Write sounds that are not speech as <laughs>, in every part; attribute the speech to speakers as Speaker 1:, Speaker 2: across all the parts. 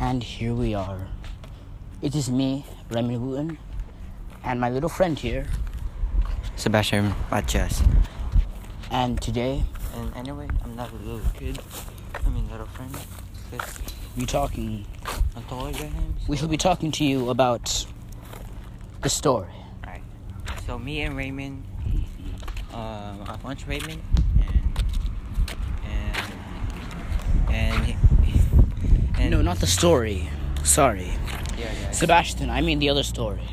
Speaker 1: and here we are. It is me, Remy Wooten, and my little friend here.
Speaker 2: Sebastian Matias.
Speaker 1: And today,
Speaker 2: And anyway, I'm not a little kid. I mean, little friend. But
Speaker 1: we talking.
Speaker 2: I'm taller than him.
Speaker 1: We shall be talking to you about the story.
Speaker 2: Alright. So me and Raymond, um, I punched Raymond, and and and, he- and
Speaker 1: no, not the story. Sorry,
Speaker 2: yeah, yeah.
Speaker 1: Sebastian. I mean the other story.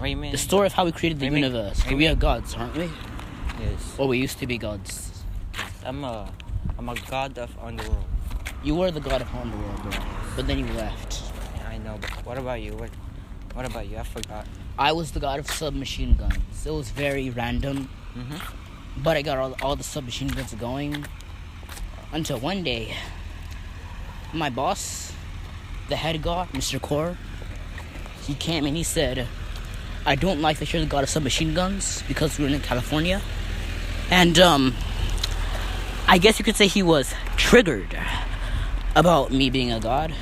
Speaker 2: Raymond.
Speaker 1: The story of how we created the
Speaker 2: Remy-
Speaker 1: universe. 'Cause We
Speaker 2: Remy-
Speaker 1: are gods, aren't we?
Speaker 2: Yes.
Speaker 1: Or we used to be gods.
Speaker 2: I'm a I'm a god of underworld.
Speaker 1: You were the god of Underworld, bro. But then you left.
Speaker 2: I know, but what about you? What what about you? I forgot.
Speaker 1: I was the god of submachine guns. It was very random.
Speaker 2: Mhm.
Speaker 1: But I got all, all the submachine guns going until one day, my boss, the head god, Mr. Core, he came and he said, I don't like that you're the god of submachine guns because we're in California. And, um, I guess you could say he was triggered about me being a god.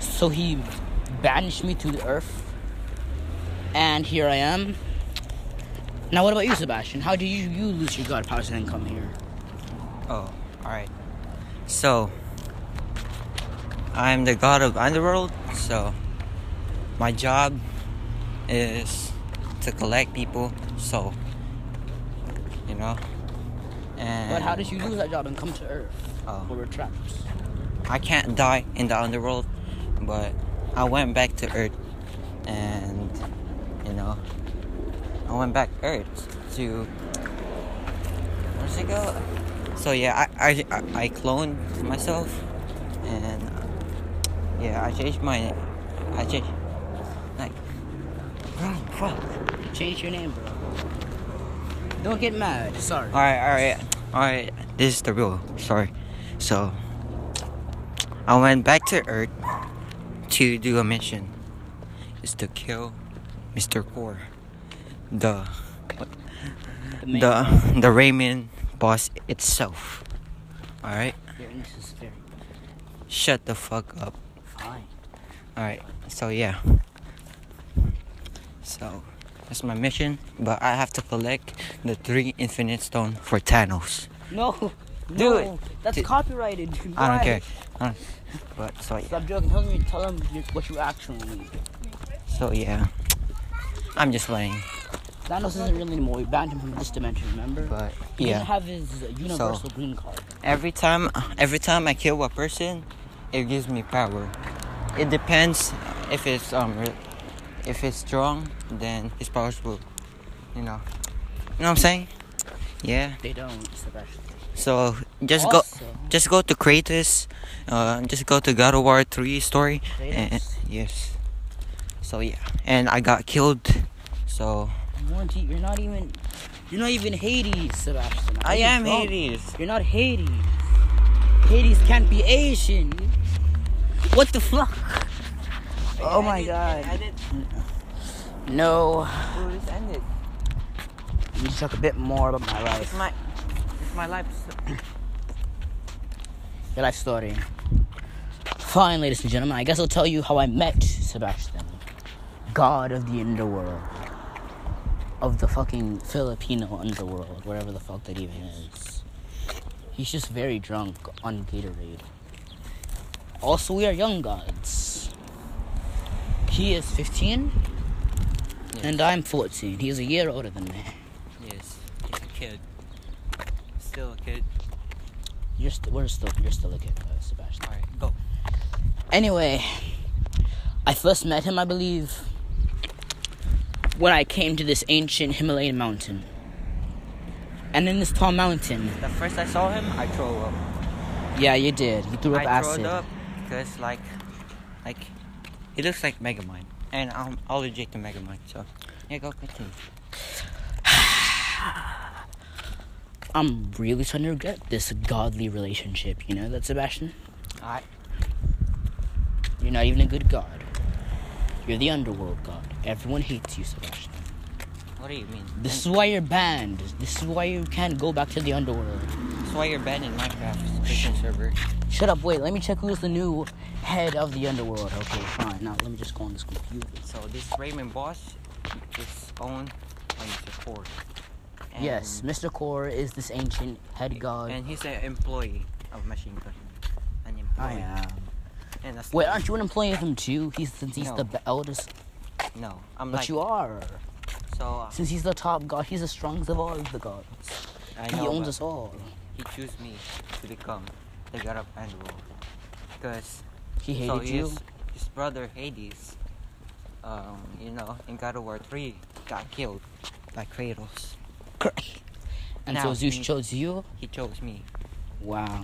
Speaker 1: So he banished me to the earth. And here I am. Now, what about you, Sebastian? How did you, you lose your god powers and then come here?
Speaker 2: Oh, alright. So, I'm the god of underworld, so my job is to collect people, so, you know. And
Speaker 1: But how did you lose that job and come to Earth?
Speaker 2: Oh.
Speaker 1: Where we're trapped.
Speaker 2: I can't die in the underworld, but I went back to Earth, and you know, I went back Earth to where's it go? So yeah, I I I- I cloned myself, and yeah, I changed my I changed like bro fuck.
Speaker 1: Change your name, bro. Don't get mad. Sorry.
Speaker 2: All right, all right, all right. This is the rule. Sorry. So I went back to Earth to do a mission. It's to kill Mr. Core, the
Speaker 1: The man-
Speaker 2: the the Raymond boss itself. All right,
Speaker 1: Your innocence is very
Speaker 2: shut the fuck up.
Speaker 1: fine.
Speaker 2: All right. So yeah. So that's my mission, but I have to collect the three Infinite Stone for Thanos.
Speaker 1: No.
Speaker 2: Do
Speaker 1: no,
Speaker 2: it.
Speaker 1: That's
Speaker 2: Do-
Speaker 1: copyrighted.
Speaker 2: I don't
Speaker 1: Why?
Speaker 2: care. I don't, but so yeah.
Speaker 1: Stop joking. Tell me. Tell him you- what you actually need.
Speaker 2: So yeah, I'm just playing.
Speaker 1: Thanos isn't really more. We banned him from this dimension. Remember?
Speaker 2: But
Speaker 1: He
Speaker 2: yeah,
Speaker 1: doesn't have his uh, universal green card.
Speaker 2: every time every time I kill a person, it gives me power. It depends if it's um re- if it's strong, then his powers will, you know, you know what I'm saying? Yeah.
Speaker 1: They don't, Sebastian.
Speaker 2: So just
Speaker 1: Also-
Speaker 2: go, just go to Kratos, uh, just go to God of War three story. And,
Speaker 1: Kratos.
Speaker 2: yes. So yeah, and I got killed. So
Speaker 1: Monty, you're not even. You're not even Hades, Sebastian.
Speaker 2: I
Speaker 1: Are you
Speaker 2: am
Speaker 1: drunk?
Speaker 2: Hades.
Speaker 1: You're not Hades. Hades can't be Asian. What the fuck? Oh my god. No.
Speaker 2: Oh, this ended.
Speaker 1: You talk a bit more about my life.
Speaker 2: my, it's my life.
Speaker 1: Your life story. Fine, ladies and gentlemen, I guess I'll tell you how I met Sebastian. God of the underworld. Of the fucking Filipino underworld, whatever the fuck that even is. He's just very drunk on Gatorade. Also, we are young gods. He is 15, and I'm 14. He is a year older than me.
Speaker 2: Yes, he's a kid. Still a kid.
Speaker 1: You're st- we're still, you're still a kid, though, Sebastian.
Speaker 2: All right, go.
Speaker 1: Anyway, I first met him, I believe, when I came to this ancient Himalayan mountain. And in this tall mountain,
Speaker 2: The first I saw him, I throw up.
Speaker 1: yeah, you did. You threw up
Speaker 2: I
Speaker 1: acid.
Speaker 2: throwed up because like, like, he looks like Megamind, and I'm allergic to Megamind. So, yeah, go continue.
Speaker 1: I'm really starting to regret this godly relationship. You know that, Sebastian?
Speaker 2: I
Speaker 1: You're not even a good god. You're the underworld god. Everyone hates you, Sebastian.
Speaker 2: What do you mean?
Speaker 1: This is why you're banned. This is why you can't go back to the underworld.
Speaker 2: And That's why you're banned in Minecraft Christian server.
Speaker 1: Shut up, wait, let me check who's the new head of the underworld. Okay, fine. Now let me just go on this computer.
Speaker 2: So this Raymond boss is owned on support. And,
Speaker 1: yes, Mr. Core is this ancient head god.
Speaker 2: And he's an employee of Machine Gun. An employee.
Speaker 1: I am.
Speaker 2: And that's
Speaker 1: Wait, aren't you an employee of him too? He's since he's
Speaker 2: No.
Speaker 1: the be- eldest.
Speaker 2: No, I'm
Speaker 1: But
Speaker 2: like
Speaker 1: you are.
Speaker 2: so. uh,
Speaker 1: Since he's the top god, he's the strongest of all the gods.
Speaker 2: I
Speaker 1: He
Speaker 2: know,
Speaker 1: owns
Speaker 2: but
Speaker 1: us all.
Speaker 2: He chose me to become the god of Andor. Because
Speaker 1: He hated
Speaker 2: so
Speaker 1: you.
Speaker 2: his, his brother Hades, um, you know, in God of War 3, got killed by Kratos. <laughs>
Speaker 1: And
Speaker 2: Now
Speaker 1: so Zeus
Speaker 2: he-
Speaker 1: chose you?
Speaker 2: He chose me.
Speaker 1: Wow.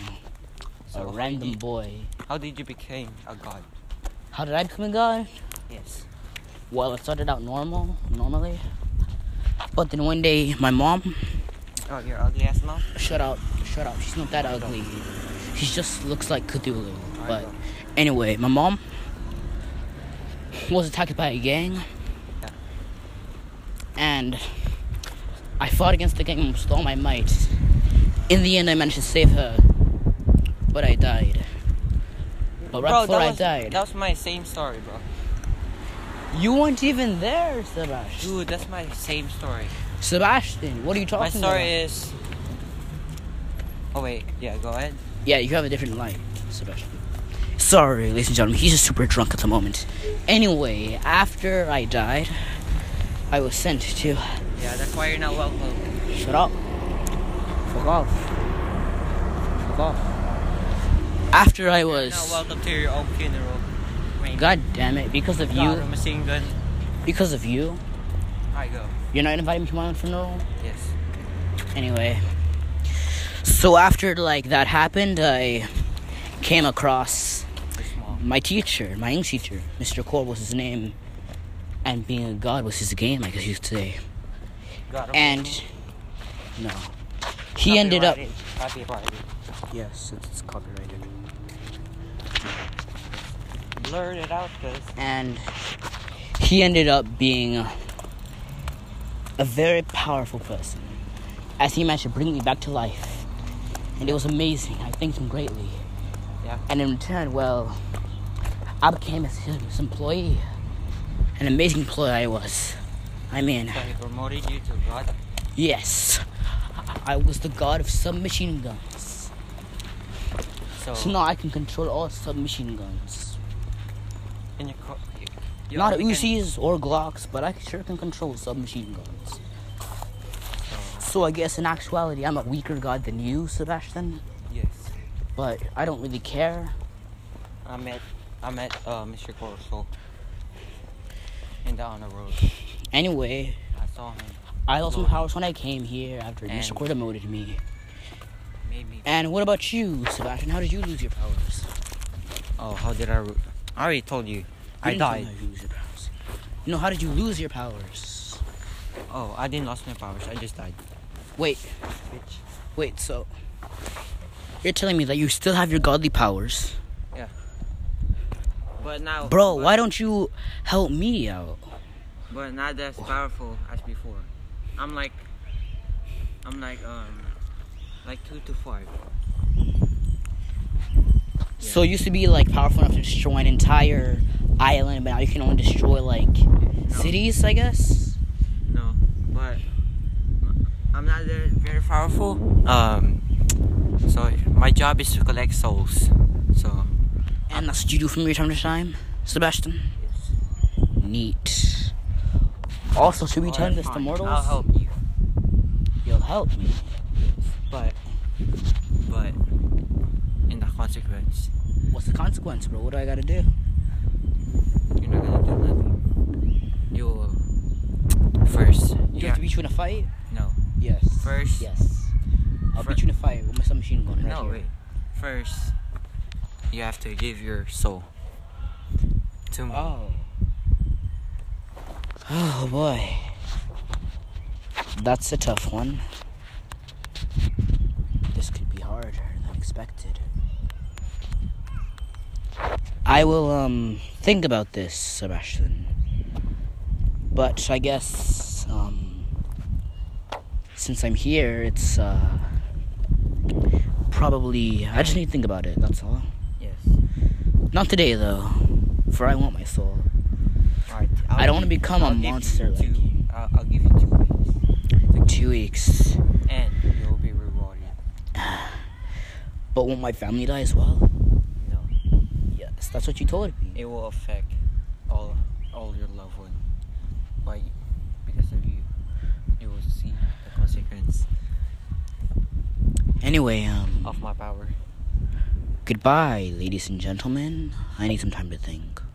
Speaker 2: So
Speaker 1: a
Speaker 2: how
Speaker 1: random
Speaker 2: did-
Speaker 1: boy.
Speaker 2: How did you become a god?
Speaker 1: How did I become a god?
Speaker 2: Yes.
Speaker 1: Well, it started out normal, normally. But then one day, my mom,
Speaker 2: Oh, your ugly ass mom?
Speaker 1: shut up, shut up, she's not that ugly. She just looks like Cthulhu.
Speaker 2: I
Speaker 1: But
Speaker 2: know.
Speaker 1: anyway, my mom was attacked by a gang.
Speaker 2: Yeah.
Speaker 1: And I fought against the gang with all my might. In the end, I managed to save her. But I died. But right
Speaker 2: bro,
Speaker 1: before
Speaker 2: that
Speaker 1: I
Speaker 2: was,
Speaker 1: died,
Speaker 2: That was my same story, bro.
Speaker 1: you weren't even there, Sebastian.
Speaker 2: Dude, that's my same story.
Speaker 1: Sebastian, what are you talking
Speaker 2: my story
Speaker 1: about?
Speaker 2: is. Oh, wait. Yeah, go ahead.
Speaker 1: Yeah, you have a different light, Sebastian. Sorry, ladies and gentlemen, he's just super drunk at the moment. Anyway, after I died, I was sent to.
Speaker 2: Yeah, that's why you're not welcome.
Speaker 1: Shut up. Fuck off. Fuck off. After I
Speaker 2: You're not
Speaker 1: was.
Speaker 2: welcome to your own funeral. Raymond.
Speaker 1: God damn it, because of
Speaker 2: God,
Speaker 1: you.
Speaker 2: I'm a machine gun.
Speaker 1: Because of you,
Speaker 2: I go.
Speaker 1: you're not inviting me to my own funeral?
Speaker 2: Yes.
Speaker 1: Anyway. So after like that happened, I came across
Speaker 2: It's small.
Speaker 1: my teacher, my English teacher, Mr. Core was his name, and being a god was his game, I guess you could say.
Speaker 2: God, I'm
Speaker 1: And
Speaker 2: welcome.
Speaker 1: no, he ended up.
Speaker 2: Copyrighted. Copyrighted.
Speaker 1: Yes, it's copyrighted.
Speaker 2: Blurred it out, cause
Speaker 1: And he ended up being a very powerful person, as he managed to bring me back to life, and it was amazing. I thanked him greatly.
Speaker 2: Yeah.
Speaker 1: And in return, well, I became his his employee, an amazing employee I was. I mean.
Speaker 2: so he promoted you to God.
Speaker 1: Yes, I was the god of submachine guns.
Speaker 2: So,
Speaker 1: So now I can control all submachine guns.
Speaker 2: in your co- you, you
Speaker 1: Not
Speaker 2: only can-
Speaker 1: Uzis or Glocks, but I sure can control submachine guns. So I guess in actuality, I'm a weaker god than you, Sebastian.
Speaker 2: Yes.
Speaker 1: But I don't really care.
Speaker 2: I met I met uh, Mr. Corso in the honor road.
Speaker 1: Anyway,
Speaker 2: I saw him.
Speaker 1: I lost my
Speaker 2: Lord.
Speaker 1: powers when I came here after
Speaker 2: And-
Speaker 1: Mr. Core demoted me.
Speaker 2: Made me.
Speaker 1: And what about you, Sebastian? How did you lose your powers? You
Speaker 2: Oh, how did I? Ro- I already told you. I
Speaker 1: didn't tell me
Speaker 2: died.
Speaker 1: how you lose your powers. No, how did you lose your powers?
Speaker 2: Oh, I didn't lost my powers. I just died.
Speaker 1: Wait,
Speaker 2: Bitch.
Speaker 1: Wait, so you're telling me that you still have your godly powers?
Speaker 2: But now,
Speaker 1: Bro,
Speaker 2: but,
Speaker 1: why don't you help me out?
Speaker 2: But not as powerful as before. I'm like, I'm like um, like two to five.
Speaker 1: So you used to be like powerful enough to destroy an entire island, but now you can only destroy like cities, I guess.
Speaker 2: No, but I'm not very, very powerful. Um, so my job is to collect souls. So
Speaker 1: And that's what you do from your time to time, Sebastian. Neat. Also, should we turn
Speaker 2: Alright,
Speaker 1: this to
Speaker 2: fine.
Speaker 1: mortals?
Speaker 2: I'll help you,
Speaker 1: You'll help me.
Speaker 2: but but in the consequence,
Speaker 1: What's the consequence, bro? What do I gotta do?
Speaker 2: you're not gonna do nothing. You will first.
Speaker 1: You
Speaker 2: yeah,
Speaker 1: have to beat you in a fight?
Speaker 2: no.
Speaker 1: Yes.
Speaker 2: First-
Speaker 1: Yes. I'll
Speaker 2: Fir-
Speaker 1: beat you in a fight with my submachine gun. Right
Speaker 2: No,
Speaker 1: here.
Speaker 2: wait. First, you have to give your soul to me.
Speaker 1: Oh. Oh boy. That's a tough one. This could be harder than expected. I will um think about this, Sebastian. But I guess um since I'm here, it's uh probably. I just need to think about it. That's all.
Speaker 2: Yes.
Speaker 1: Not today though, for I want my soul.
Speaker 2: Alright.
Speaker 1: I don't wanna become a
Speaker 2: I'll give you
Speaker 1: monster like
Speaker 2: two-
Speaker 1: you.
Speaker 2: I'll, I'll give you two weeks,
Speaker 1: Two weeks.
Speaker 2: and you'll be rewarded.
Speaker 1: But won't my family die as well?
Speaker 2: No,
Speaker 1: Yes, that's what you told me.
Speaker 2: it will affect all all your loved ones. Why? Because of you, you will see the consequence
Speaker 1: Anyway, um,
Speaker 2: of my power.
Speaker 1: goodbye, ladies and gentlemen. I need some time to think.